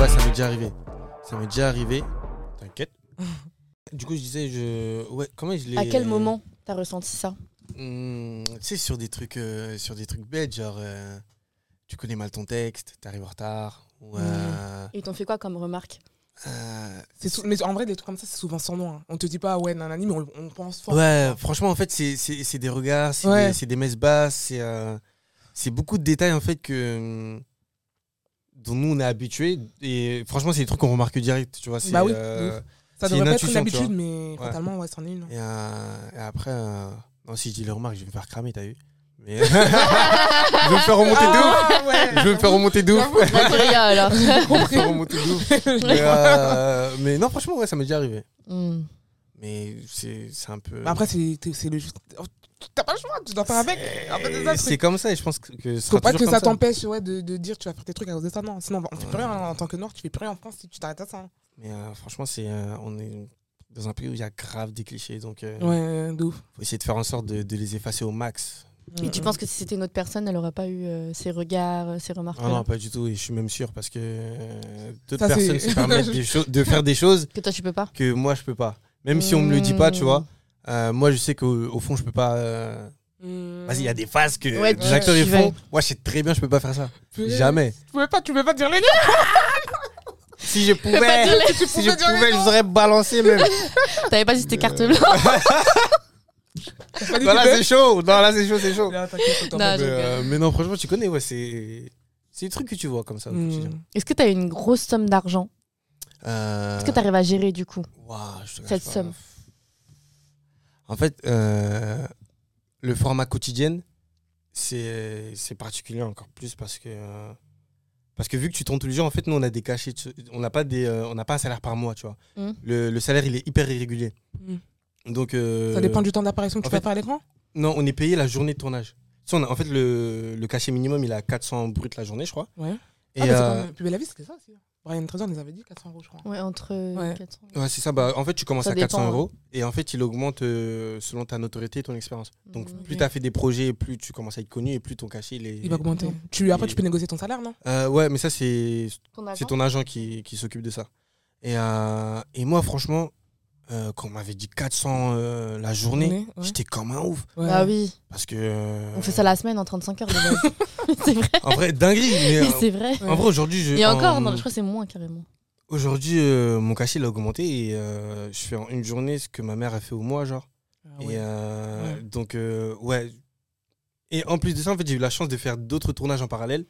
ouais, ça m'est déjà arrivé. Ça m'est déjà arrivé. T'inquiète. Du coup, je disais, je. Ouais, comment je l'ai. À quel moment t'as ressenti ça Hmm, Tu sais, sur des trucs, euh, sur des trucs bêtes, genre. euh, tu connais mal ton texte, t'arrives en retard. Ou. euh, Ils t'ont fait quoi comme remarque euh, C'est sou- Mais en vrai, des trucs comme ça, c'est souvent sans nom. hein. On te dit pas, ouais, nanani, mais on, on pense fort. Ouais, franchement, en fait, c'est- c'est c'est des regards, c'est Ouais. des, c'est des messes basses, c'est euh, c'est beaucoup de détails, en fait, que, hmm, dont nous, on est habitués. Et franchement, c'est des trucs qu'on remarque direct, tu vois. c'est, Bah oui, de euh, Ça c'est devrait une pas être une intuition, tu habitude, mais Ouais. fatalement, ouais, c'en est une. hein. et, euh, et après, euh, non, si je dis les remarques, je vais me faire cramer, t'as vu Mais- Je vais me faire remonter de ouf Ah, ouais. Je vais me faire remonter de ouf Moi, tu rigoles, alors. Je vais me faire remonter de ouf Mais, euh, mais non, franchement, ouais, ça m'est déjà arrivé. Hmm. Mais c'est c'est un peu... Mais Après, c'est t'es- c'est le juste. oh, T'as pas le choix, tu dois faire avec. En fait, c'est ça, le truc. C'est comme ça, et je pense que, que ce Faut sera pas toujours que ça comme ça. t'empêche ouais, de, de dire tu vas faire tes trucs à cause de ça. Non, sinon on va- on fait plus rien hein. en tant que noir, tu fais plus rien en France si tu t'arrêtes à ça. hein. Mais euh, franchement, c'est, euh, on est dans un pays où il y a grave des clichés. Donc, il Ouais, de ouf. faut essayer de faire en sorte de, de les effacer au max. Et tu penses que si c'était une autre personne, elle aurait pas eu euh, ces regards, euh, ces remarques Ah non, pas du tout. Et je suis même sûr parce que euh, d'autres Ça, c'est- personnes se permettent des choses- de faire des choses Que toi, tu peux pas que moi, je peux pas. Même si on me le dit pas, tu Hmm. vois. euh, moi, je sais qu'au au fond, je peux pas. euh, Vas-y, il y a des phases que Ouais, les tu- acteurs tu ils vas. Mm. font. Moi, je sais très bien, je peux pas faire ça. Purée. Jamais. Tu pouvais pas, tu pouvais pas dire les noms. Si je pas pouvais, dire Tu si je pouvais dire les pouvais, je noms. vous aurais balancé même. T'avais pas dit c'était Euh. carte blanche T'as pas dit Non, là, que c'est chaud. Non, là, c'est chaud, c'est chaud. t'es- Non, t'inquiète, t'entends Non, pas. Ah, mais, je euh, mais non, franchement, tu connais, ouais, c'est. C'est des trucs que tu vois Bah, comme ça. Mm. au quotidien. Hmm. Est-ce que t'as eu une grosse somme d'argent Euh, Est-ce que t'arrives à gérer du coup Ouah, je te cache Cette pas. somme. En fait, euh, le format quotidien, c'est c'est particulier encore plus parce que euh, parce que vu que tu tournes tous les jours, en fait, nous on a des cachets, tu- on n'a pas des, euh, on n'a pas un salaire par mois, tu vois. Hmm. Mm. Le, le salaire, il est hyper irrégulier. Hmm. Donc euh, Ça dépend du temps d'apparition que en tu vas fait- faire à l'écran. Non, on est payé la journée de tournage. Si on a- en fait, le, le cachet minimum, il est à 400 brut la journée, je crois. Ouais. Et, ah, mais c'est euh, comme Plus belle la vie, c'était ça aussi. hein. Brian Trésor nous avait dit 400 euros, je crois. Ouais, entre euh, Ouais. 400. Ouais, c'est ça. Bah, en fait, tu commences Ça à dépend, 400 hein. euros et en fait, il augmente euh, selon ta notoriété et ton expérience. Donc, Mhm. plus tu as fait des projets, plus tu commences à être connu et plus ton cachet il est. Il va augmenter. Ouais. Tu, après, Et- tu peux négocier ton salaire, non Euh, ouais, mais ça, c'est Ton c'est argent ton agent qui, qui s'occupe de ça. Et, euh, et moi, franchement, euh, quand on m'avait dit 400 euh, la journée, Ouais. j'étais comme un ouf. Ouais. Ah oui, Parce que. euh, on fait ça la semaine en 35 heures. de base. c'est vrai, En vrai, dinguerie. Mais, euh, c'est vrai. en vrai, aujourd'hui, je. Et en- encore, non, je crois que c'est moins carrément. Aujourd'hui, euh, mon cachet, il a augmenté et euh, je fais en une journée ce que ma mère a fait au mois, genre. Ah Et ouais. euh, Ouais. donc, euh, ouais. Et en plus de ça, en fait, j'ai eu la chance de faire d'autres tournages en parallèle.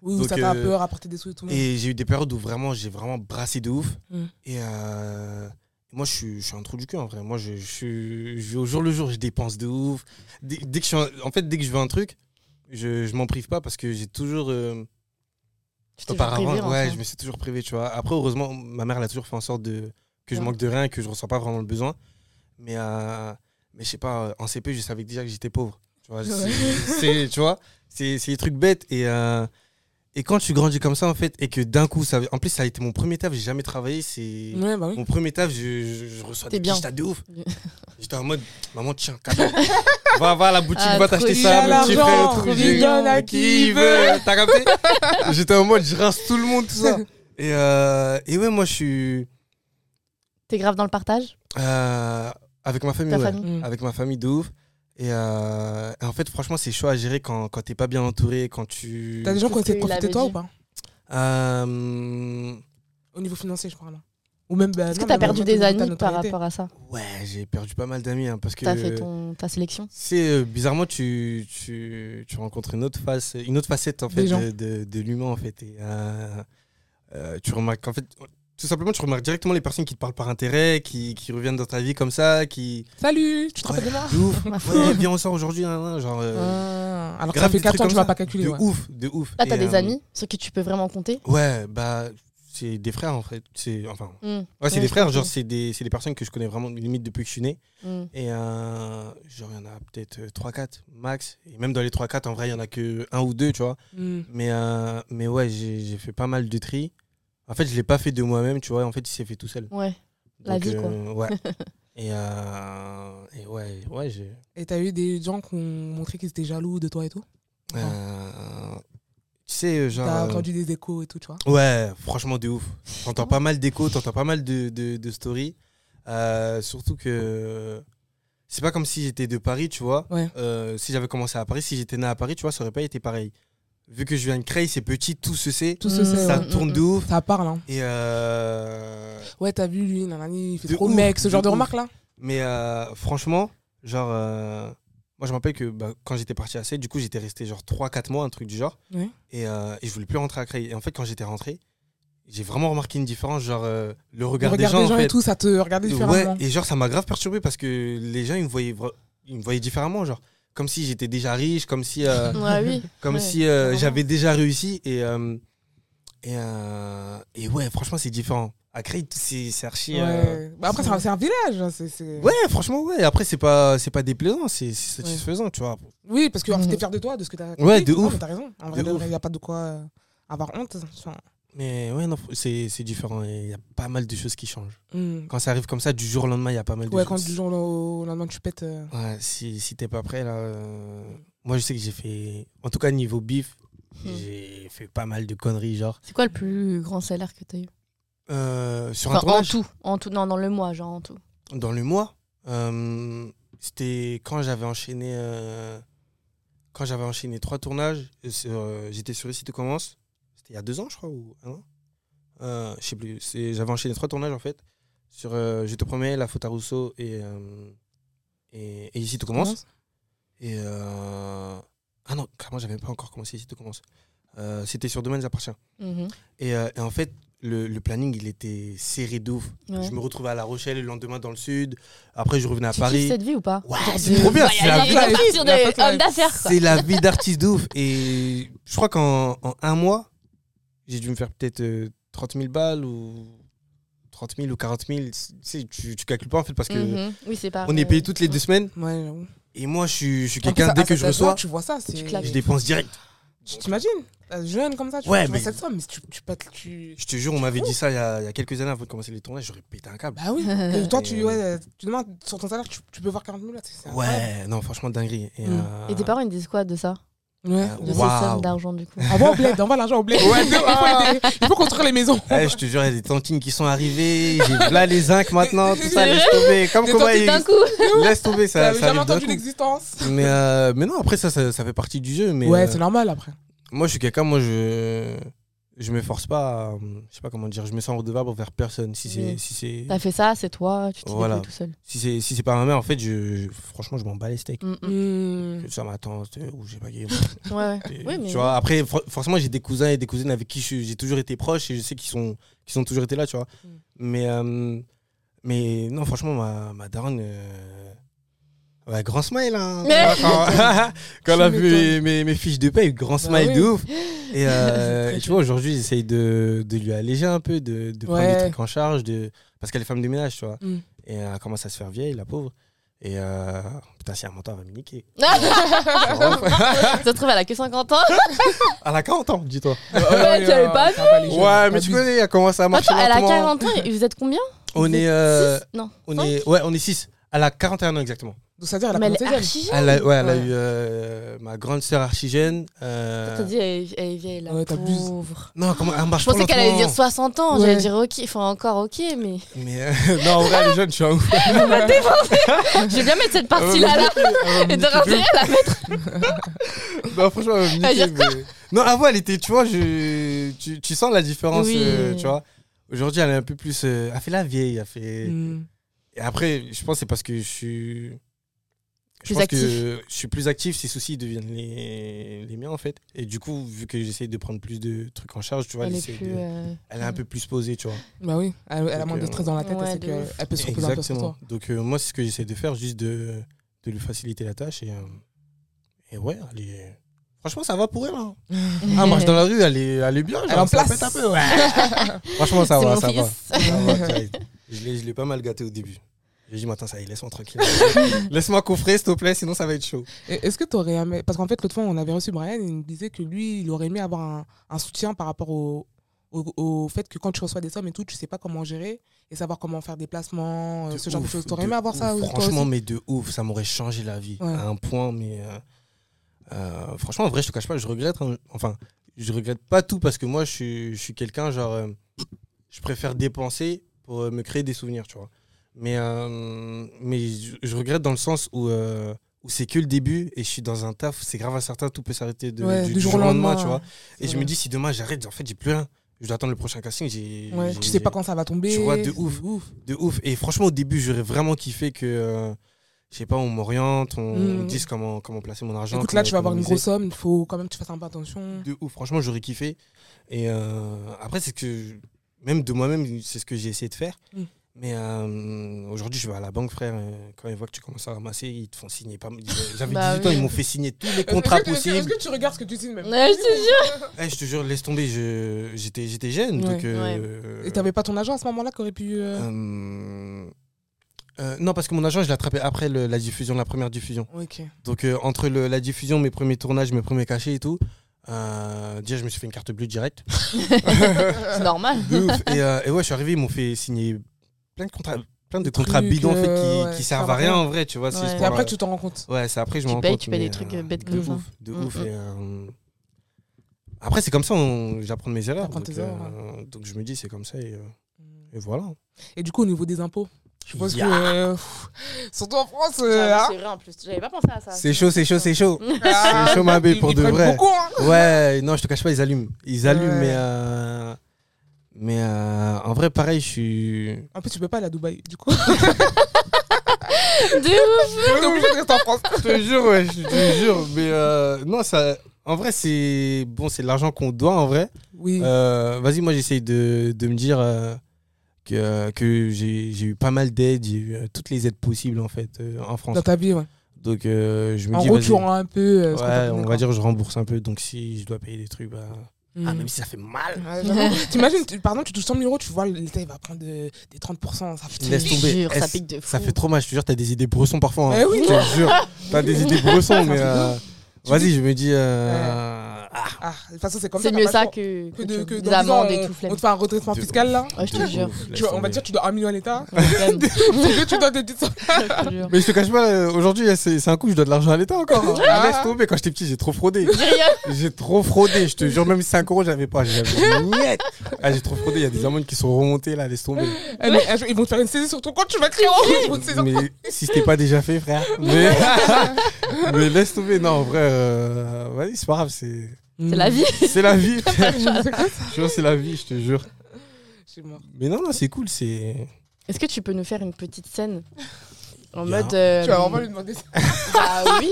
Oui, oui, donc, ça t'a un euh, peu rapporté des sous et tout. Et j'ai eu des périodes où vraiment, j'ai vraiment brassé de ouf. Mm. Et euh, moi, je suis, je suis un trou du cul, en vrai. Moi, je, je, suis- je vais au jour le jour, je dépense de ouf. Dès, dès que je suis un- en fait, dès que je veux un truc, je, je m'en prive pas parce que j'ai toujours. euh, Tu t'es fait auparavant, prévenir, ouais, enfin. je me suis toujours privé, tu vois. Après, heureusement, ma mère, elle a toujours fait en sorte de, que je Ouais. manque de rien et que je ressens pas vraiment le besoin. Mais, euh, mais je sais pas, euh, en CP, je savais déjà que j'étais pauvre. Tu vois, c'est- Ouais. c'est- tu vois, c'est c'est des trucs bêtes. Et, euh, et quand tu grandis comme ça, en fait, et que d'un coup, ça, en plus, ça a été mon premier taf, j'ai jamais travaillé, c'est. Ouais, bah oui. Mon premier taf, je, je, je reçois T'es des bien. petits tas de ouf. Ouais. J'étais en mode, maman, tiens, cadeau. va, va à la boutique, Ah, va trop t'acheter il ça, a mon petit l'argent, frère. trop j'ai- il y en a qui veut T'as capté J'étais en mode, je rince tout le monde, tout ça. Et, euh, et ouais, moi, je suis T'es grave dans le partage euh, avec ma famille, Ta ouais. famille Mm. avec ma famille de ouf. Et, euh, et en fait, franchement, c'est chaud à gérer quand, quand t'es pas bien entouré, quand tu. T'as des gens qui ont essayé de Parce profiter qu'il de toi l'avait ou pas Euh, Au niveau financier, je parle. là. Ou même. bah, Est-ce que t'as perdu des amis par rapport à ça ouais, j'ai perdu pas mal d'amis hein, parce que. T'as fait ton, ta sélection C'est euh, bizarrement tu, tu, tu rencontres une autre face, une autre facette en fait Des gens. de, de- de l'humain en fait. Et, euh, euh, tu remarques en fait tout simplement tu remarques directement les personnes qui te parlent par intérêt, qui, qui reviennent dans ta vie comme ça, qui Salut, tu te rappelles de moi de ouf. Ouais, viens on sort aujourd'hui, nan, nan, genre euh, Ah, Alors que ça grave fait des trucs 4 ans que comme tu m'as ça. pas calculé. de ouais. ouf, de ouf. Là, Ah, t'as Et, des euh, amis, ceux que tu peux vraiment compter Ouais, bah c'est des frères en fait, c'est enfin Mm. ouais, c'est Ouais, des je frères, comprends. genre c'est des c'est des personnes que je connais vraiment limite depuis que je suis né. Mm. Et euh, genre, il y en a peut-être 3-4 max. Et même dans les 3-4, en vrai, il y en a que un ou deux, tu vois. Mm. Mais, euh, mais ouais, j'ai j'ai fait pas mal de tri. En fait, je l'ai pas fait de moi-même, tu vois. En fait, il s'est fait tout seul. Ouais. La vie, quoi. euh, ouais. et, euh, et ouais, ouais, j'ai. Ah. Et t'as eu des gens qui ont montré qu'ils étaient jaloux de toi et tout euh, tu sais, euh, genre. T'as euh, entendu des échos et tout, tu vois. Ouais, franchement, de ouf. T'entends Ah. pas mal d'échos, t'entends pas mal de, de, de stories. Euh, surtout que c'est pas comme si j'étais de Paris, tu vois. Ouais. Euh, si j'avais commencé à Paris, si j'étais né à Paris, tu vois, ça aurait pas été pareil. Vu que je viens de Creil, c'est petit, tout se sait. Tout ce Mm. c'est, euh, ça ouais. tourne de ouf. Ça parle, hein. Et euh, Ouais, t'as vu, lui, nanani, il fait De trop ouf, mec, ce de genre de ouf. remarques là. Mais euh, franchement, genre, euh, moi je me rappelle que bah, quand j'étais parti à Sète, du coup j'étais resté genre 3-4 mois, un truc du genre. Ouais. Et, euh, et je voulais plus rentrer à Creil. Et en fait, quand j'étais rentré, j'ai vraiment remarqué une différence, genre euh, le regard Regarder des gens, en fait. et tout, ça te regardait Ouais, différemment. et genre ça m'a grave perturbé parce que les gens ils me voyaient, vra- ils me voyaient différemment, genre comme si j'étais déjà riche, comme si, euh, Ouais, oui. comme Ouais, si euh, vraiment. j'avais déjà réussi et euh, et, euh, et ouais, franchement c'est différent. À Creil, c'est c'est archi. Ouais. euh, Bah après, c'est un, c'est un village. hein, C'est, c'est- Ouais, franchement ouais. Après c'est pas c'est pas déplaisant, c'est c'est satisfaisant, tu vois. Oui, parce que en fait, t'es fier de toi, de ce que t'as Mhm. Ouais, de tu vois, ouf. mais T'as raison. En vrai, De de ouf. vrai, y a pas de quoi euh, avoir honte. hein, Enfin, Mais ouais non, c'est c'est différent. et Il y a pas mal de choses qui changent. hmm. Quand ça arrive comme ça du jour au lendemain, il y a pas mal Ouais, Mhm. de quand choses. du jour au au lendemain, tu pètes. euh, Ouais, si, si t'es pas prêt, là. euh, Moi, je sais que j'ai fait. En tout cas, niveau bif, Hmm. Mm. j'ai fait pas mal de conneries, genre. C'est quoi le plus grand salaire que t'as eu Euh, sur un Enfin, en tournage, tout. En tout. Non, dans le mois, genre en tout. dans le mois, euh, c'était quand j'avais enchaîné. euh, Quand j'avais enchaîné trois tournages, euh, sur, euh, j'étais sur Ici, tout commence. C'était il y a deux ans, je crois, ou un an. Euh, je sais plus. C'est- J'avais enchaîné trois tournages, en fait. Sur euh, Je te promets, La Faute à Rousseau et. euh, Et, et Ici, tout commence. Et euh... ah non, clairement, j'avais pas encore commencé ici, tout commence. Euh, c'était sur Domaines appartient. Mhm. Et, euh, et en fait, le, le planning, il était serré de ouf. Ouais. Je me retrouvais à La Rochelle, le lendemain dans le sud. Après, je revenais à Tu kiffes Paris. cette vie ou pas Ouais, Genre c'est de- trop bien, Ouais, c'est il y la a- vie. il y a partir La des personne, hommes d'affaires, quoi. C'est la vie d'artiste de ouf. Et je crois qu'en en un mois, j'ai dû me faire peut-être euh, 30 000 balles ou 30 000 ou 40 000. Tu sais, tu, tu calcules pas en fait parce que Mhm. Oui, c'est pareil. on est payé toutes les deux semaines. Ouais, j'avoue. Et moi, je suis, je suis En plus, quelqu'un, à- ah, dès à que cet je âge-là, reçois, Tu vois ça, c'est. claques. je dépense direct. Tu t'imagines euh, Jeune comme ça, tu Ouais, tu vois mais- cette somme, mais si tu, tu pètes. Tu... Je te jure, on m'avait dit ça il y, a, il y a quelques années avant de commencer les tournages, j'aurais pété un Ah, câble. Bah oui. Hmm. Et toi, tu, Et- ouais, euh, tu demandes sur ton salaire, tu, tu peux voir 40 000 là. c'est- c'est incroyable. Ouais, non, franchement, dinguerie. Et, Mm. euh, Et tes parents, ils disent quoi de ça Ouais. Ah, De ces Waouh. sommes d'argent, du coup Envoie au bled, envoie l'argent au bled. Ouais, il, faut aider, il faut construire les maisons. eh, je te jure, il y a des tantines qui sont arrivées, j'ai là les zincs maintenant, tout ça, laisse tomber. Comme Des comment tantines il- D'un coup Laisse tomber, ça, T'avais ça jamais arrive d'un entendu coup. l'existence. Mais, euh, mais non, après, ça, ça, ça fait partie du jeu. Mais, Ouais, euh, c'est normal après. moi, je suis quelqu'un, moi, je. Je m'efforce pas, à, euh, je sais pas comment dire, je me sens redevable envers personne. Si c'est Oui. si c'est T'as fait ça, c'est toi, tu t'es Voilà. débrouillé tout seul. si c'est si c'est pas ma mère, en fait, je, je- franchement, je m'en bats les steaks. Mm, mm. Mmh. Que Ça m'attend ou j'ai pas gagné. Ouais, ouais. Et, Oui, mais- Tu vois, après, for- forcément, j'ai des cousins et des cousines avec qui je suis- j'ai toujours été proche et je sais qu'ils sont, qu'ils ont toujours été là, tu vois. Mm. Mais, euh, mais non, franchement, ma, ma daronne. euh, ouais, grand smile, hein. Mais- Quand, quand elle a Tu vu mes, mes- mes fiches de paye, grand Bah smile de oui. ouf. Et, euh, et tu vois, aujourd'hui, j'essaye de, de lui alléger un peu, de, de prendre Ouais. des trucs en charge, de... parce qu'elle est femme de ménage, tu vois. Mm. Et elle commence à se faire vieille, la pauvre. Et euh, putain, si un mentor elle va me niquer. Tu te retrouves, elle a que 50 ans. Elle a 40 ans, dis-toi. Ouais, tu avais pas vu Ouais, mais tu connais, elle commence à marcher. Attends, elle a lentement. 40 ans et vous êtes combien On Vous est, êtes euh, six Non. on cinq est, ouais, on est 6. Elle a 41 ans exactement. Donc, ça veut dire, Ah, elle a Mais elle commencé est jeune. archi jeune. Elle a, ouais, elle a Ouais. eu euh, ma grande sœur archigène. euh, T'as dit, elle est- elle est vieille, la Ouais, t'abuses. pauvre. Non, comment elle marche Je pensais pas qu'elle allait lentement. dire 60 ans. Ouais. J'allais dire ok, enfin encore ok, mais. Mais euh, non, en vrai, elle est jeune, je suis un ouf. Je vais bien mettre cette partie-là, là. Elle va me Et de niquer de rentrer, ouf. elle a Non, franchement, elle va me Elle va niquer, mais- Non, avant, elle était, tu vois, je... tu, tu sens la différence, Oui. euh, tu vois. Aujourd'hui, elle est un peu plus. euh, Elle fait la vieille, elle fait. Hmm. Mmh. Et après, je pense que c'est parce que je suis. Je Plus pense actif. que je suis plus actif, ces soucis deviennent les, les miens en fait. Et du coup, vu que j'essaye de prendre plus de trucs en charge, tu vois, Elle elle, est essaie plus. de- euh, elle est un peu plus posée, tu vois. Bah oui, elle, elle a Donc, moins de euh, stress dans la tête, ouais, et c'est de qu'elle ouf. elle peut se reposer un peu sur toi. Exactement. Donc euh, moi, c'est ce que j'essaie de faire, juste de, de lui faciliter la tâche. Et, euh, et ouais, elle est... Franchement, ça va pour elle. hein. Elle marche dans la rue, elle est, elle est bien. Elle genre, est en ça place. pète un peu, ouais. Franchement, ça C'est va, mon ça va. fils. Ça va, direct. Je l'ai- je l'ai pas mal gâté au début. J'ai dit, attends, ça y est, laisse-moi tranquille. laisse-moi coffrer, s'il te plaît, sinon ça va être chaud. Et Est-ce que t'aurais aimé. Parce qu'en fait, l'autre fois, on avait reçu Brian, et il nous disait que lui, il aurait aimé avoir un, un soutien par rapport au, au, au fait que quand tu reçois des sommes et tout, tu sais pas comment gérer et savoir comment faire des placemps, euh, De ce genre de ouf, choses. T'aurais de aimé avoir ça ouf. aussi, toi Franchement, aussi mais de ouf, ça m'aurait changé la vie Ouais. à un point, mais euh, euh, franchement, en vrai, je te cache pas, je regrette. hein. Enfin, je regrette pas tout parce que moi, je suis, je suis quelqu'un, genre, euh, je préfère dépenser pour euh, me créer des souvenirs, tu vois. Mais, euh, mais je, je regrette dans le sens où, euh, où c'est que le début et je suis dans un taf, c'est grave incertain, tout peut s'arrêter de- Ouais, du, du jour au lendemain, tu vois. Et C'est je me vrai. dis, si demain j'arrête, en fait, j'ai plus rien. Je dois attendre le prochain casting. J'ai, Ouais, j'ai- tu sais pas quand ça va tomber. Tu vois, de c'est ouf. De ouf. Et franchement, au début, j'aurais vraiment kiffé que, euh, je sais pas, on m'oriente, on, Mm. on me dise comment, comment placer mon argent. Écoute, là, comment tu vas avoir une économiser. grosse somme, il faut quand même que tu fasses un peu attention. de ouf. Franchement, j'aurais kiffé. Et euh, après, c'est ce que je- même de moi-même, c'est ce que j'ai essayé de faire. Mm. Mais euh, aujourd'hui, je vais à la banque, frère. euh, Quand ils voient que tu commences à ramasser, ils te font signer. Pas... J'avais Bah 18 ans, oui. ils m'ont fait signer tous les contrats possibles. que tu regardes ce que tu signes même Ouais, je te Eh, je te jure, laisse tomber. je- J'étais j'étais jeune. Ouais. donc, euh, Et t'avais pas ton agent à ce moment-là qui aurait pu. euh, euh, euh, non, parce que mon agent, je l'ai attrapé après le- la diffusion, la première diffusion. Ok. Donc euh, entre le- la diffusion, mes premiers tournages, mes premiers cachets et tout, euh, déjà je me suis fait une carte bleue directe. jure. C'est normal. De ouf. Et, euh, et ouais, je suis arrivé, ils m'ont fait signer plein de contrats, plein de Des contrats trucs, bidons en fait, qui, euh, ouais, qui ça servent va à rien rien. en vrai, tu vois. c'est Ouais. juste Et Et pour après, leur- tu t'en rends compte. Ouais, c'est après je me Tu rends payes, compte, tu payes des mais, trucs, euh, euh, bêtes de comme ça. ouf, de Mm, ouf. mm. et, euh, Après, c'est comme ça, on- j'apprends de mes erreurs. T'apprends Donc, tes erreurs, euh, donc je me dis, c'est comme ça et, euh, et voilà. Et du coup, au niveau des impôts, je suppose Ya. que. euh, pff, surtout en France. euh, hein, C'est vrai en plus. J'avais pas pensé à ça. C'est chaud, c'est chaud, c'est chaud. ah, C'est chaud, ma belle, ils- pour ils de prennent vrai. beaucoup, hein. Ouais, non, je te cache pas, ils allument. Ils allument, Ouais. mais. euh, Mais euh, en vrai, pareil, je suis. En plus, tu peux pas aller à Dubaï, du coup. De ouf. T'es obligé de rester en France. Je te jure, ouais, je te jure. Mais euh, non, ça. En vrai, c'est. Bon, c'est de l'argent qu'on doit, en vrai. Oui. Euh, Vas-y, moi, j'essaye de, de me dire euh, que, que j'ai j'ai eu pas mal d'aides, j'ai eu euh, toutes les aides possibles, en fait, euh, en France. Dans ta vie, ouais. Donc, euh, je me En dis. gros, vas-y. tu rends un peu. euh, ce qu'on t'a Ouais, donné, on quoi. va dire, je rembourse un peu. Donc, si je dois payer des trucs, bah. Mm. Ah, même si ça fait mal. Ouais, j'avoue. T'imagines, tu- par exemple, tu touches 100 000 euros, tu vois, l'État il va prendre de- des 30%. Ça fait Laisse Je tomber. jure, Eh, ça pique de fou. Ah Ça fait trop mal, je te jure, t'as des idées bressons parfois. hein. Eh oui. Je te jure, t'as des idées bressons, mais. euh, Tu Vas-y, dis- je me dis. euh, ah, Ah, de toute façon, c'est comme ça. C'est t'as mieux pas le ça choix. que, que de, que des dans dix ans, amendes et on- tout On flemme. te fait un redressement de fiscal ouf. là. Ouais, je te de jure. ouf, Tu vois, on va laisse dire, tu dois un million à l'État. Ouais, flemme. que tu dois des petites sommes. Je te jure. Mais je te cache pas, euh, aujourd'hui, c'est c'est un coup, je dois de l'argent à l'État encore. hein. Ah. Laisse tomber, quand j'étais petit, j'ai trop fraudé. Dis rien. J'ai trop fraudé, je te jure, même 5 euros, j'avais pas. J'avais une miette. Ah, j'ai trop fraudé, il y a des amendes qui sont remontées là, laisse tomber. Eh, mais un jour, ils vont te faire une saisie sur ton compte, tu vas crier en haut. Ils vont te saisir. Mais si c'était pas déjà fait, frère. Mais, mais laisse tomber, non, en vrai, euh, vas-y, c'est pas grave, c'est C'est la vie. c'est la vie, frère. Je Je te jure, c'est la vie, je te jure. suis mort. Mais non, non, c'est cool, c'est. Est-ce que tu peux nous faire une petite scène en Bien. mode. euh, Tu vas vraiment lui demander ça. Bah oui.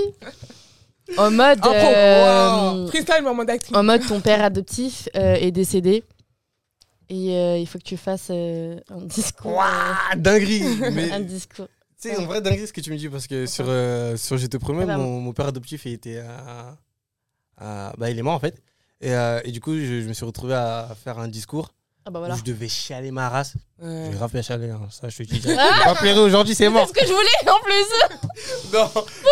En mode. Un pro. euh, Wow. Freestyle, maman d'actrice. En mode ton père adoptif euh, est décédé et euh, il faut que tu fasses euh, un discours. Ah, dinguerie! euh, Mais Un discours. Tu sais, en vrai, dingue ce que tu me dis, parce que sur, euh, sur Je te promets, mon, mon père adoptif, il était à- à- bah, il est mort, en fait. Et, euh, et du coup, je, je me suis retrouvé à faire un discours Ah bah voilà. où je devais chialer ma race. Euh, J'ai grave chialer, hein, ça, je te dis. J'ai grave pleuré aujourd'hui, c'est mort. ce que je voulais en plus. Non,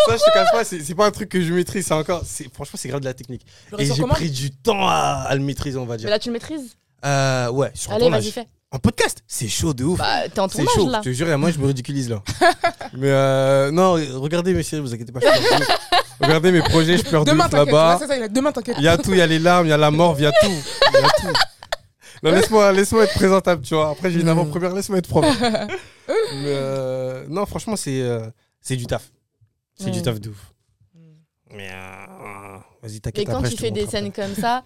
ça, je te cache pas, c'est c'est pas un truc que je maîtrise, c'est encore. c'est- Franchement, c'est grave de la technique. tu Et ressors j'ai comment pris du temps à, à le maîtriser, on va Mais dire. là tu le maîtrises. Euh, ouais, sur un Allez, vas-y tournage. fais. En podcast, c'est chaud de ouf. Bah t'es en C'est tournage chaud, là. je te jure, et moi je me ridiculise là. mais euh, non, regardez mes séries, vous inquiétez pas. je pleure de ouf. regardez mes projets, je pleure de Demain, ouf t'inquiète. Ouais, là-bas. c'est ça, il a- Demain, t'inquiète. Il y a tout, il y a les larmes, il y a la mort, il y a tout. Il y a tout. Non, laisse-moi laisse être présentable, tu vois. Après, Mm. j'ai une avant-première, laisse-moi être propre. Mais euh, non, franchement, c'est euh, c'est du taf. C'est du Mm. taf de ouf. Mais euh, vas-y, Mais t'inquiète quand après, je tu te fais des montre scènes après. Mm. comme ça,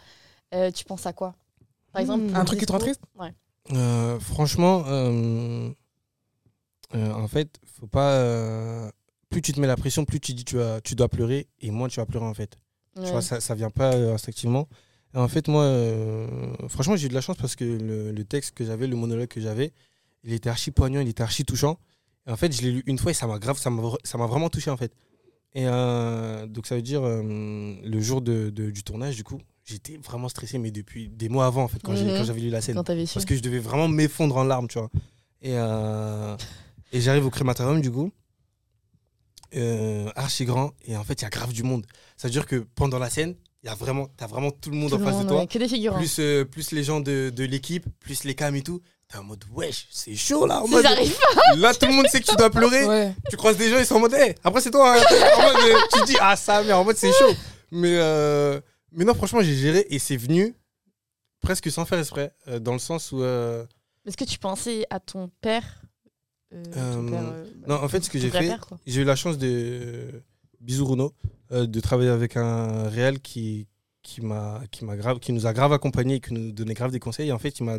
euh, tu penses à quoi Par exemple. Un truc qui te rend discours- triste Ouais. Euh, franchement, euh, euh, en fait, faut pas. euh, plus tu te mets la pression, plus tu dis tu, as, tu dois pleurer et moins tu vas pleurer en fait. Tu Ouais. vois, ça, ça vient pas euh, instinctivement. Et en fait, moi, euh, franchement, j'ai eu de la chance parce que le, le texte que j'avais, le monologue que j'avais, il était archi poignant, il était archi touchant. Et en fait, je l'ai lu une fois et ça m'a grave, ça m'a vra- ça m'a vraiment touché en fait. Et euh, donc, ça veut dire euh, le jour de- de- du tournage, du coup, j'étais vraiment stressé, mais depuis des mois avant en fait, quand j'ai- Mhm. quand j'avais lu la scène. Quand t'avais su. Parce que je devais vraiment m'effondrer en larmes, tu vois. Et, euh, et j'arrive au crématorium, du coup, euh, archi grand, et en fait, il y a grave du monde. Ça veut dire que pendant la scène, il y a vraiment, t'as vraiment tout le monde Tout en le face de monde, toi, ouais, Que des figurants. plus, euh, plus les gens de, de l'équipe, plus les cams et tout. T'es en mode, wesh, c'est chaud là. En S'ils mode, arrivent là, tout le monde sait que tu dois pleurer. Ouais. Tu croises des gens, ils sont en mode, hey, après, c'est toi. hein. En mode, euh, tu te dis, ah, ça, mais en mode, c'est chaud. Mais, euh, Mais non, franchement, j'ai géré et c'est venu presque sans faire exprès, euh, dans le sens où. euh, Est-ce que tu pensais à ton père, euh, ton Euh, père, euh, bah, non, en fait, ce que ton j'ai vrai fait, père, quoi. J'ai eu la chance de bisous Bruno, euh, de travailler avec un réel qui qui m'a qui m'a grave qui nous a grave accompagné et qui nous donnait grave des conseils. Et en fait, il m'a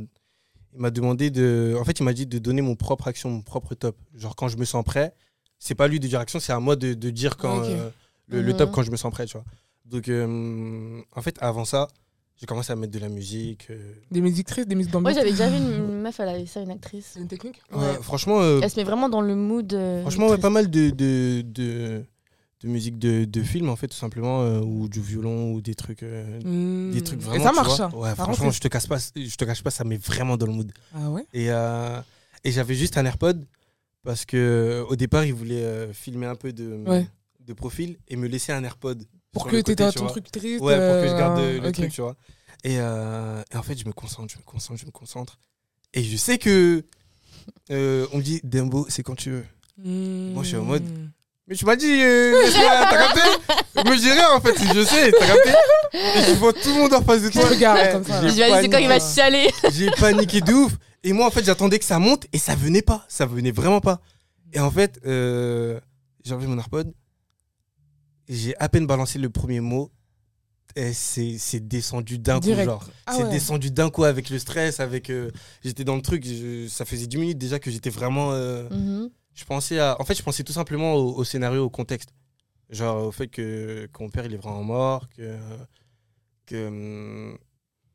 il m'a demandé de en fait, il m'a dit de donner mon propre action, mon propre top. Genre quand je me sens prêt, c'est pas lui de dire action, c'est à moi de, de dire quand Ok. euh, le, le top Mhm. quand je me sens prêt, tu vois. Donc euh, en fait, avant ça, j'ai commencé à mettre de la musique. euh. Des musiques tristes, des musiques Moi, Euh, d'ambiance. j'avais déjà vu une, une meuf, elle avait ça, une actrice. c'est une technique Ouais. Ouais, franchement euh, Elle se met vraiment dans le mood. euh, Franchement, ouais, triste. pas mal de, de, de, de musique de, de film, en fait, tout simplement, euh, ou du violon, ou des trucs, euh, des trucs vraiment. Mm. Et ça tu marche. vois. hein. Ouais, Par franchement, contre, je te, casse pas, je te cache pas, ça met vraiment dans le mood. c'est- Ah ouais Et, euh, et j'avais juste un AirPod, parce que euh, au départ, ils voulaient euh, filmer un peu de, Ouais. de profil et me laisser un AirPod. Pour sur que le tu aies côté, ton tu vois. truc triste. Ouais, pour que je euh, garde euh, le ok. truc, tu vois. Et, euh, et en fait, je me concentre, je me concentre, je me concentre. Et je sais que. euh, on me dit, Dembo, c'est quand tu veux. Moi, je suis en mode- Hmm. Mais tu m'as dit, euh, laisse-moi, t'as capté Me dirais en fait, je sais, t'as capté Et je vois tout le monde en face de toi. te regarde Ouais, comme ça, j'ai là. Je vais aller, paniqué- quand il va chialer. J'ai paniqué de ouf. Et moi, en fait, j'attendais que ça monte et ça venait pas. Ça venait vraiment pas. Et en fait, euh, j'ai enlevé mon AirPod. J'ai à peine balancé le premier mot. Et c'est c'est descendu d'un coup, Direct. genre. Ah c'est ouais. descendu d'un coup avec le stress, avec. euh, j'étais dans le truc. je- ça faisait 10 minutes déjà que j'étais vraiment. euh, Mhm. je pensais à. En fait, je pensais tout simplement au, au scénario, au contexte. Genre au fait que, que mon père il est vraiment mort, que. que hum,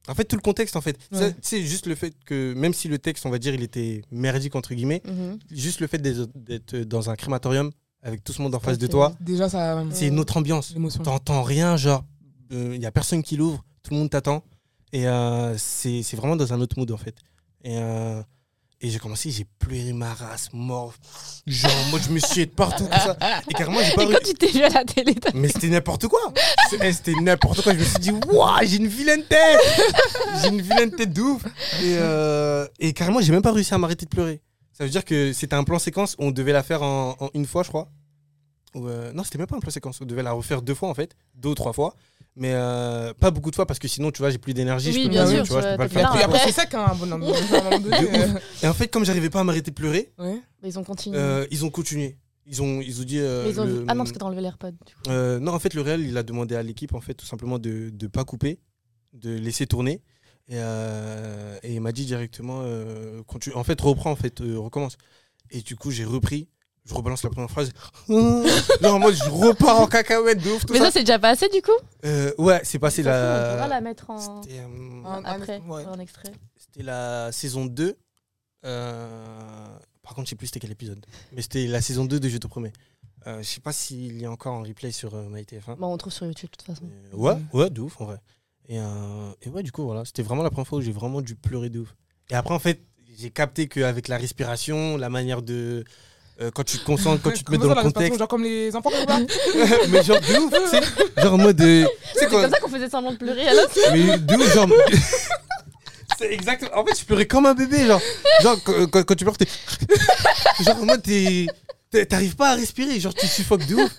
en fait, tout le contexte, en fait. Ouais. Ça, Tu sais, juste le fait que, même si le texte, on va dire, il était merdique, entre guillemets, Mhm. juste le fait d'être- d'être dans un crématorium avec tout ce monde en C'est face de pas toi, terrible. Déjà, ça. euh, c'est une autre ambiance. L'émotion. T'entends rien, genre, il n'y a personne qui l'ouvre, tout le monde t'attend. Et euh, c'est c'est vraiment dans un autre mood, en fait. Et, euh, et j'ai commencé, j'ai pleuré ma race, mort. Genre, moi, je me suis de partout, tout ça. Et carrément, j'ai pas Et re- quand tu t'es vu à la télé, t'as- Mais c'était n'importe quoi. C'est- eh, C'était n'importe quoi. Je me suis dit, waouh, j'ai une vilaine tête. J'ai une vilaine tête de ouf. Et, euh, et carrément, j'ai même pas réussi à m'arrêter de pleurer. Ça veut dire que c'était un plan séquence. On devait la faire en, en une fois, je crois. Ou, euh, non, c'était même pas un plan séquence. On devait la refaire deux fois, en fait. Deux ou trois fois. Mais euh, pas beaucoup de fois parce que sinon, tu vois, j'ai plus d'énergie. Oui, je peux bien pas, sûr, tu vois, je peux tu pas vas- le t'as Et faire. bien puis trois après, fois. c'est sec, hein, bon, non, mais à un moment donné, De euh, Et en fait, comme j'arrivais pas à m'arrêter de pleurer, ouais. ils ont continué. euh, ils ont continué. Ils ont, ils ont dit. euh, Mm. Mais ils ont le- vu- Ah non, parce que t'as enlevé l'AirPod. du coup. Euh, non, en fait, le Real, il a demandé à l'équipe, en fait, tout simplement de ne pas couper, de laisser tourner. Et, euh, et il m'a dit directement, euh, continue- en fait, reprends, en fait, euh, recommence. Et du coup, j'ai repris. Je rebalance la première phrase. non, moi, je repars en cacahuète de ouf, tout Mais ça. ça, c'est déjà passé du coup Euh, ouais, c'est passé On s'en fout, On la. pourra la mettre en. C'était euh, En- Après, ouais. en extrait. c'était la saison 2. Euh, Par contre, je sais plus c'était quel épisode. Mais c'était la saison 2 de Je te promets. Euh, je sais pas s'il y a encore en replay sur euh, MyTF1. Bon, on trouve sur YouTube de toute façon. Euh, ouais, ouais, de ouf en vrai. Et, euh, et ouais, du coup, voilà, c'était vraiment la première fois où j'ai vraiment dû pleurer de ouf. Et après, en fait, j'ai capté qu'avec la respiration, la manière de. euh, quand tu te concentres, quand tu te mets Comment dans ça, le la contexte. respiration, Genre comme les enfants, quoi. mais genre de ouf, tu sais. Genre en mode. euh, tu sais, C'est quand- comme ça qu'on faisait semblant de pleurer à l'autre. mais de ouf, genre. C'est exactement. En fait, je pleurais comme un bébé, genre. Genre, quand, quand- quand tu pleures, t'es. genre, en mode, t'es. t'es- T'arrives pas à respirer, genre tu suffoques de ouf.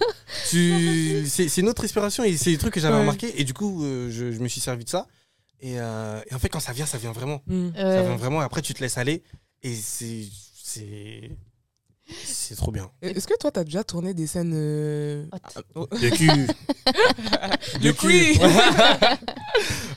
Tu... C'est c'est une autre respiration et c'est des trucs que j'avais Ouais. remarqué. Et du coup, euh, je, je me suis servi de ça. Et, euh, et en fait, quand ça vient, ça vient vraiment. Hmm. Ça Ouais. vient vraiment. Après, tu te laisses aller. Et c'est. C'est. C'est trop bien. Et Euh, Est-ce que toi, t'as déjà tourné des scènes. euh, Hot. Le cul. Le cul.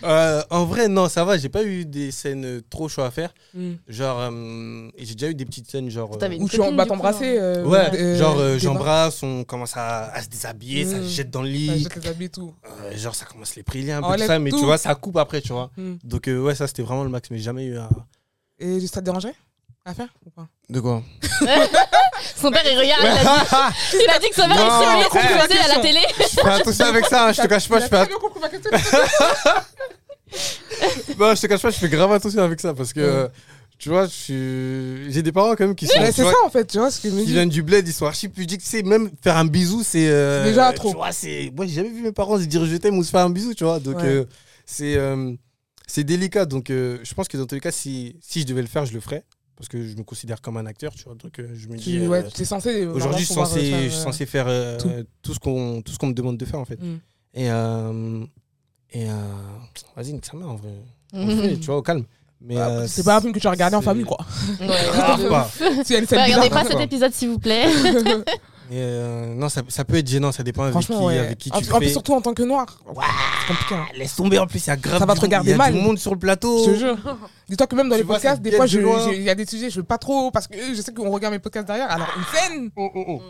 Euh, en vrai, non, ça va. J'ai pas eu des scènes euh, trop chaud à faire. hmm, Genre, euh, et j'ai déjà eu des petites scènes, genre. euh, T'avais- Mm. Une Où tu copine, en- bah, du coup, hein. t'embrasser. euh, ouais, euh, genre, euh, des bras, j'embrasse, on commence à, à se déshabiller, ça se Mm. jette dans le ça lit. jette les habits et tout. euh, genre, ça commence les prix, un peu, Enlève tout ça, mais tu tout. vois, ça coupe après, tu vois. Mm. Hmm. Donc, euh, ouais, ça, c'était vraiment le max, mais j'ai jamais eu à. Et ça te dérangerait à faire ou pas De quoi Son père, il regarde. il a dit- Je Il a dit que son père, il Non, surveillait ce qu'on eh. faisait à la télé. fais attention avec ça, hein, je te cache pas, Il je a fais, très att- bien compris ma question. non, je te cache pas, je fais grave attention avec ça parce que. euh, Tu vois, je suis- j'ai des parents quand même qui sont. Mais tu C'est vois, ça en fait, tu vois ce que je me Ils dis. viennent du bled, ils sont archi pudiques. Tu sais, même faire un bisou, c'est. euh, C'est déjà trop. Tu vois, c'est. Moi, j'ai jamais vu mes parents se dire je t'aime ou se faire un bisou, tu vois. Donc, Ouais. euh, c'est. euh, c'est délicat. Donc, euh, je pense que dans tous les cas, si, si je devais le faire, je le ferais. Parce que je me considère comme un acteur, tu vois. Donc, euh, je me dis. Tu euh, ouais, tu es censé. euh, Aujourd'hui, je suis pouvoir, euh, censé, faire, je suis euh, censé faire euh, tout. Mm. tout. ce qu'on tout ce qu'on me demande de faire, en fait. hmm. Et. euh, et Et euh, vas-y, nique sa mère, en vrai. On le fait, tu vois, au calme. Mais Ah, euh, C'est pas un film que tu as regardé en c'est- famille, quoi. Grave pas. si elle Ouais, s'est Bah, regardez bizarre, pas cet quoi. épisode, s'il vous plaît. Et, euh, non, ça, ça peut être gênant, ça dépend avec qui, Franchement, ouais. avec qui en, tu en fais. plus, surtout en tant que noir. C'est compliqué. hein. Laisse tomber en plus, il y a grave Ça va du te regarder monde, il y a du mal. monde sur le plateau. Je te jure. Oh. Dis-toi que même dans Tu les vois, ça podcasts, des guette fois, de je- loin. je- il y a des sujets, je veux pas trop parce que euh, je sais qu'on regarde mes podcasts derrière. Alors, une scène, Oh, oh, oh.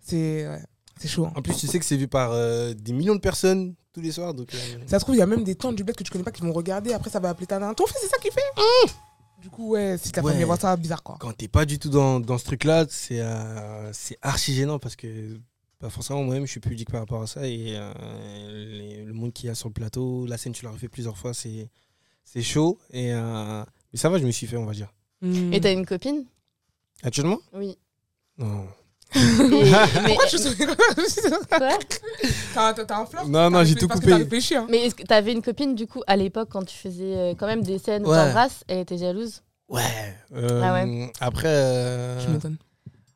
c'est ouais, c'est chaud. hein. En plus, tu sais que c'est vu par euh, des millions de personnes tous les soirs. Donc, euh, Ça se trouve, il y a même des temps du bled que tu connais pas qui vont regarder. Après, ça va appeler ta nana. Ton fils, c'est ça qu'il fait Du coup, ouais, si ta Mmh. Ouais. famille voit ça, bizarre quoi. quand t'es pas du tout dans, dans ce truc-là, c'est euh, c'est archi gênant parce que bah, forcément, moi-même, je suis pudique par rapport à ça. Et euh, les- le monde qu'il y a sur le plateau, la scène, tu l'as refait plusieurs fois, c'est c'est chaud. Et, euh, mais ça va, je me suis fait, on va dire. Hmm. Et t'as une copine Actuellement Oui. Non. Et- mais, Pourquoi je suis- quoi T'as t'as un flirt Non, non, T'as Ah, j'ai réfléchi- tout Ah, parce que coupé. T'as réfléchi, hein. mais est-ce que t'avais une copine du coup à l'époque quand tu faisais euh, quand même des scènes où Ouais. t'embrasses Elle était jalouse Ouais. Euh, Ah Après. euh, Tu m'étonnes.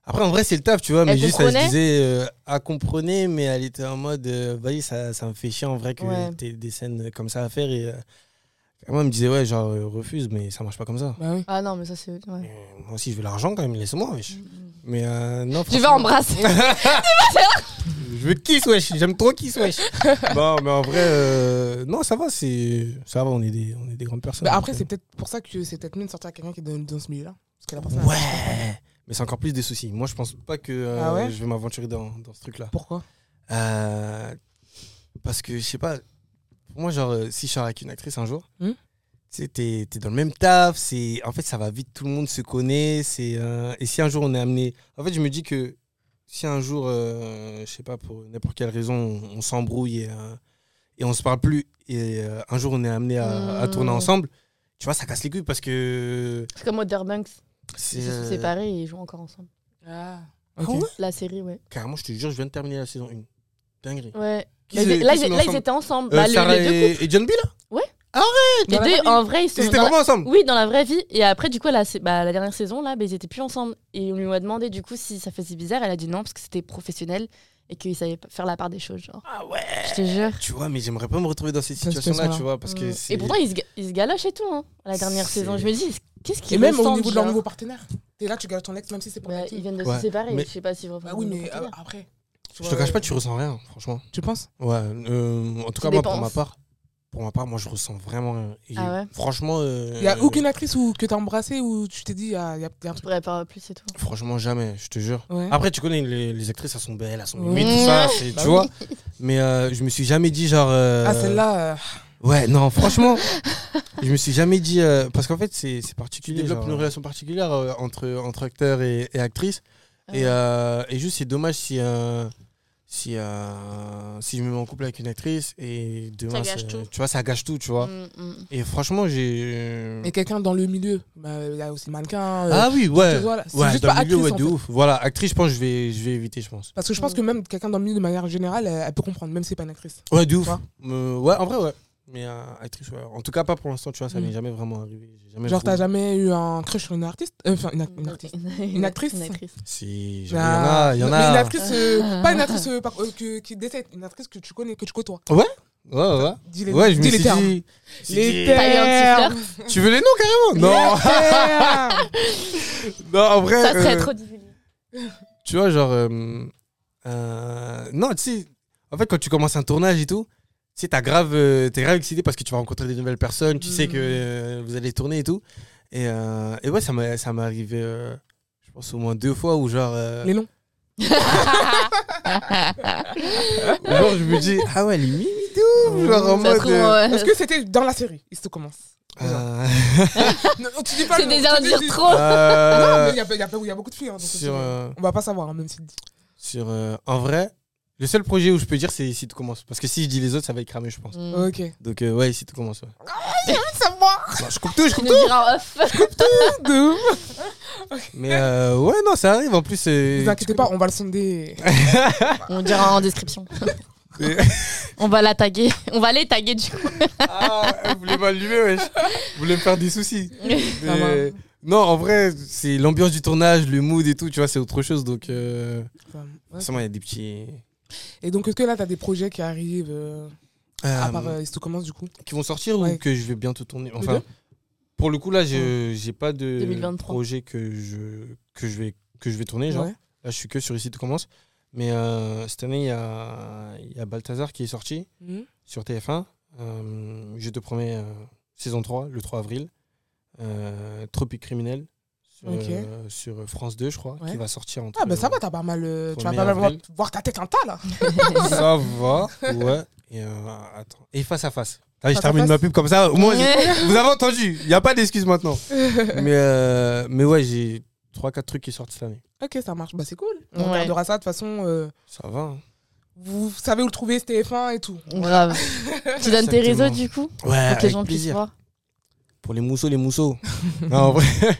Après, en vrai, c'est le taf, tu vois, mais Elle juste, elle se comprenait disait, euh, elle comprenait, mais elle était en mode, euh, vas-y, ça, ça me fait chier en vrai que Ouais. t'aies des scènes comme ça à faire. Et euh, moi, elle me disait, ouais, genre, euh, refuse, mais ça marche pas comme ça. Bah oui. Ah non, mais ça c'est. ouais. Et moi aussi, je veux l'argent quand même, laisse-moi, wesh. Mm, Mais euh, non, Tu vas franchement, embrasser. Je veux kiss, wesh, j'aime trop kiss, wesh. bon, mais en vrai, euh, non, ça va, c'est. Ça va, on est des, on est des grandes personnes. Bah, après, Donc, euh, c'est peut-être pour ça que c'est peut-être mieux de sortir avec quelqu'un qui est dans, dans ce milieu-là. Parce que la personne. Ouais! Mais c'est encore plus des soucis. Moi, je pense pas que euh, Ah ouais je vais m'aventurer dans, dans ce truc-là. Pourquoi Euh, parce que je sais pas, pour moi, genre, euh, si je sors avec une actrice un jour, Hmm. tu sais, t'es t'es dans le même taf, c'est en fait, ça va vite, tout le monde se connaît, c'est euh, et si un jour on est amené, en fait, je me dis que si un jour, euh, je sais pas, pour n'importe quelle raison, on, on s'embrouille et, euh, et on se parle plus, et euh, un jour on est amené à, à Hmm. tourner ensemble, tu vois, ça casse les couilles parce que C'est comme Otherbanks. c'est Ils se sont euh, séparés et ils jouent encore ensemble. Ah. Ah ouais La série, ouais. carrément, je te jure, je viens de terminer la saison 1. Dinguerie. ouais. Qui Là, se- ils- là, qui se ils- met là, ils ensemble étaient ensemble. Euh, Bah, le- Sarah les deux et, et John B là couples. Les dans la deux, famille. en vrai, ils sont. Ils étaient dans la- vraiment ensemble. Oui, dans la vraie vie. Et après, du coup, la, sé- bah, la dernière saison, là, bah, ils étaient plus ensemble. Et on lui a demandé, du coup, si ça faisait bizarre. Elle a dit non, parce que c'était professionnel et qu'ils savaient pas faire la part des choses. Genre. Ah ouais. Je te jure. Tu vois, mais j'aimerais pas me retrouver dans cette Cette situation-là, situation-là. tu vois, parce que Mm. c'est- Et pourtant, ils se, ga- ils se galochent et tout, hein, la dernière C'est- saison. Je me dis, qu'est-ce qu'ils Et même au ressentent, niveau de leur genre nouveau partenaire. T'es là, tu gardes ton ex, même si c'est pour Bah, ta Ils fille. viennent de Ouais, se séparer. mais- Je sais pas si vraiment. Bah oui, ils vont mais euh, continuer. après. tu je te vois, cache pas, euh, tu ressens rien, franchement. Tu penses Ouais. euh, en tout Ça cas, moi, pour dépend. ma part, pour ma part, moi, je ressens vraiment rien. Et Ah ouais Franchement, euh, Il y a aucune actrice où, que t'as embrassée ou tu t'es dit, ah, il y a, y a- y Je a un truc. pourrais pas plus et tout. franchement, jamais, je te jure. Ouais. Après, tu connais les, les actrices, elles sont belles, elles sont Ouais. mimes, tout ça, c'est- Bah tu oui. vois. Mais euh, je me suis jamais dit genre. euh, Ah, celle-là. euh, Ouais, non, franchement, je me suis jamais dit. euh, parce qu'en fait, c'est c'est particulier. euh, Tu développes une relation particulière entre, entre acteur et, actrice. Ah Et, euh, et juste, c'est dommage si, euh, si, euh, si je me mets en couple avec une actrice et demain, Ça gâche c'est- tout. tu vois, ça gâche tout, tu vois. Mm, mm. Et franchement, j'ai. Et quelqu'un dans le milieu. Bah, Il y a aussi mannequin. euh, Ah oui, tu ouais. vois, là, c'est Ouais, juste dans pas le milieu, actrice. ouais, de en fait. ouf. Voilà, actrice, je pense que je vais, je vais éviter, je pense. Parce que je pense que même quelqu'un dans le milieu de manière générale, elle elle peut comprendre, même si c'est pas une actrice. Ouais, de ouf. Toi Euh, ouais, en vrai, ouais. Mais euh, actrice, ouais. En tout cas, pas pour l'instant, tu vois, ça Mm. m'est jamais vraiment arrivé. J'ai Jamais Genre, voulu. t'as jamais eu un crush sur une artiste Euh, Enfin, une, act- une artiste. Une actrice Une actrice. Si, il y en Ah, a, il y en Mais une a. actrice, euh, pas une actrice euh, par- euh, que- qui décède, une actrice que tu connais, que tu côtoies. Ouais, ouais. Dis les, Ouais, je me dis les suis termes. dit. je me suis dit, Les termes. Pas Termes. Tu veux les noms carrément Non, non, en vrai. Ça serait euh, trop difficile. Tu vois, genre. euh, euh, non, tu sais, en fait, quand tu commences un tournage et tout, tu sais, t'as grave, euh, t'es grave excité parce que tu vas rencontrer des nouvelles personnes, tu sais que Mhm. euh, vous allez tourner et tout. Et, euh, et ouais, ça m'est ça m'est arrivé, euh, je pense, au moins deux fois où, genre, euh, Les noms. où genre, je me dis, ah ouais, elle est mimi de Mm. ouf, Genre, en Ça mode. trouve, euh, euh, Est-ce que c'était dans la série Il se commence. euh, Non, tu dis pas C'est le nom, des indices tu dis- trop. Non, euh, mais il y a, il y a- il y a beaucoup de filles. hein, donc sur. c'est- euh, On va pas savoir, hein, même si. sur euh, en vrai, le seul projet où je peux dire, c'est ici tout commence. Parce que si je dis les autres, ça va être cramé, je pense. Mm. Ok. Bah, Donc, euh, ouais, ici tout commence. ouais. Savoir Non, je coupe tout, je Tu coupe nous diras en off. de ouf. Mais euh, ouais, non, ça arrive. En plus, euh, Vous inquiétez pas, on va le sonder. On dira en description. Et- On va la taguer. On va les taguer du coup. Ah, vous voulez m'allumer, wesh. Vous voulez me faire des soucis. Ça va. Mais- Non, en vrai, c'est l'ambiance du tournage, le mood et tout, tu vois, c'est autre chose. Donc, euh... Enfin, ouais. forcément, il y a des petits. Et donc, est-ce que là, t'as des projets qui arrivent euh, Euh, À part euh, Est-ce que tu commences du coup qui vont sortir ou Ouais. que je vais bientôt tourner Les Enfin, deux pour le coup, là, je j'ai pas de 2023. projet que je, que, je vais, que je vais tourner. Genre. Ouais. Là, je suis que sur Ici, tout commence. Mais euh, cette année, il y a, il y a Balthazar qui est sorti Mhm. sur TF1. Euh, je te promets, euh, saison 3, le 3 avril. Euh, Tropique criminel sur, Ok. euh, sur France 2, je crois, Ouais. qui va sortir entre Ah, ben ça va, t'as pas mal. euh, Tu vas Premier pas mal voir, avril. voir ta tête en tas là. Ça va, ouais. Et, euh, attends. Et face à face. Ah, je Face à termine face. ma pub comme ça. Au moins, j'ai- vous avez entendu. Il n'y a pas d'excuse maintenant. mais, euh, mais ouais, j'ai 3-4 trucs qui sortent cette année. ok, ça marche. Bah, c'est cool. On Ouais. regardera ça de toute façon. euh, Ça va. hein. vous savez où le trouver, TF1 et tout. Grave. tu donnes tes Exactement. réseaux du coup Ouais, pour que les avec gens puissent plaisir. voir. Pour les mousseaux, les mousseaux. non, en vrai.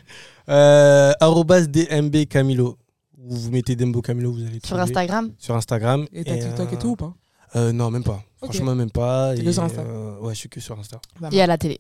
Euh, arrobas DMB Camilo. Ou vous mettez Dembo Camilo, vous allez Sur trouver. Instagram Sur Instagram. Et t'as TikTok euh, et tout ou pas euh, Non, même pas. Ok. Franchement, même pas. T'es que Et, sur Insta. euh, ouais, je suis que sur Insta. Ça et à la télé.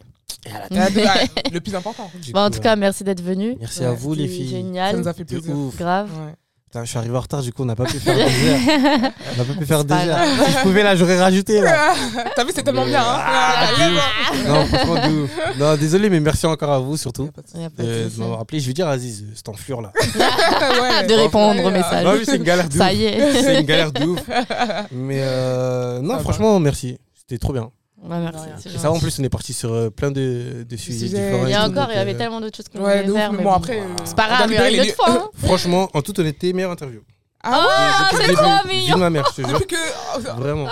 marche. Ah, bah, Le plus important. Du Bon, en coup, tout euh, cas, merci d'être venu. Merci Ouais, à vous, les C'est filles. Ça Génial. nous a fait De plaisir. ouf. Grave. Ouais. Putain, je suis arrivé en retard, du coup, on n'a pas pu faire deux heures. On n'a pas pu faire deux pas heures. Si je pouvais, là, j'aurais rajouté. Là. T'as vu, c'est tellement bien. Hein Ah, de ouf. Non, franchement, de ouf. Non, désolé, mais merci encore à vous, surtout, Y a pas de de, de souci. m'avoir appelé. Je vais dire, Aziz, euh, c'est en fleur, là. Ouais. De répondre aux Ouais, messages. Non, mais c'est une galère de Ça ouf. y est. C'est une galère de ouf. Mais euh, non, Ça va. franchement, merci. C'était trop bien. Ouais, Bah, merci. rien. c'est Et gentil. ça, en plus, on est parti sur euh, plein de, de sujets sujets. différents. Il y et a tout, encore, donc, il y avait euh, tellement d'autres choses qu'on Ouais, voulait de ouf, faire. mais mais bon, après. euh, C'est pas on doit grave, il y libérer a une les autre lieux. fois. hein. Franchement, en toute honnêteté, meilleure interview. Ah Depuis le c'est début. trop mignon. Ah, Vive ma mère, je te Oh. ouais jure. Depuis que. oh, Vraiment.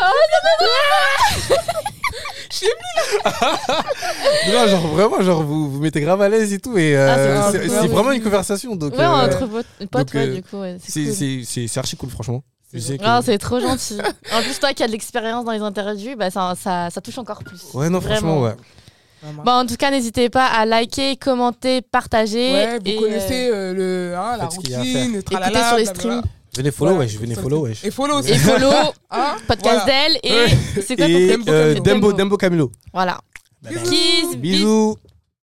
Je sais Non, genre vraiment, genre vous vous mettez grave à l'aise et tout. Et euh, Ah, c'est c'est vraiment c'est cool. vraiment une conversation. Donc, Ouais, euh, entre vos potes, donc, ouais, euh, du coup. ouais, c'est- cool. c'est c'est- c'est archi cool, franchement. Je sais que- Ah, c'est trop gentil. En plus, toi qui as de l'expérience dans les interviews, bah, ça, ça, ça touche encore plus. Ouais, non, franchement, Vraiment. ouais. Bon, en tout cas, n'hésitez pas à liker, commenter, partager. Ouais, vous et, euh, connaissez euh, le, hein, la faites ce qu'il y a à faire. routine, le tralala, écoutez sur les blablabla. streams. Venez follow, Voilà. ouais, je venez follow, ouais. Et follow aussi. Et follow, Hein podcast Voilà. d'elle et c'est quoi ton Et Dembo euh, Camilo. Dembo, Dembo Camilo. Voilà. Bye bye. Kiss, bisous. Bisous.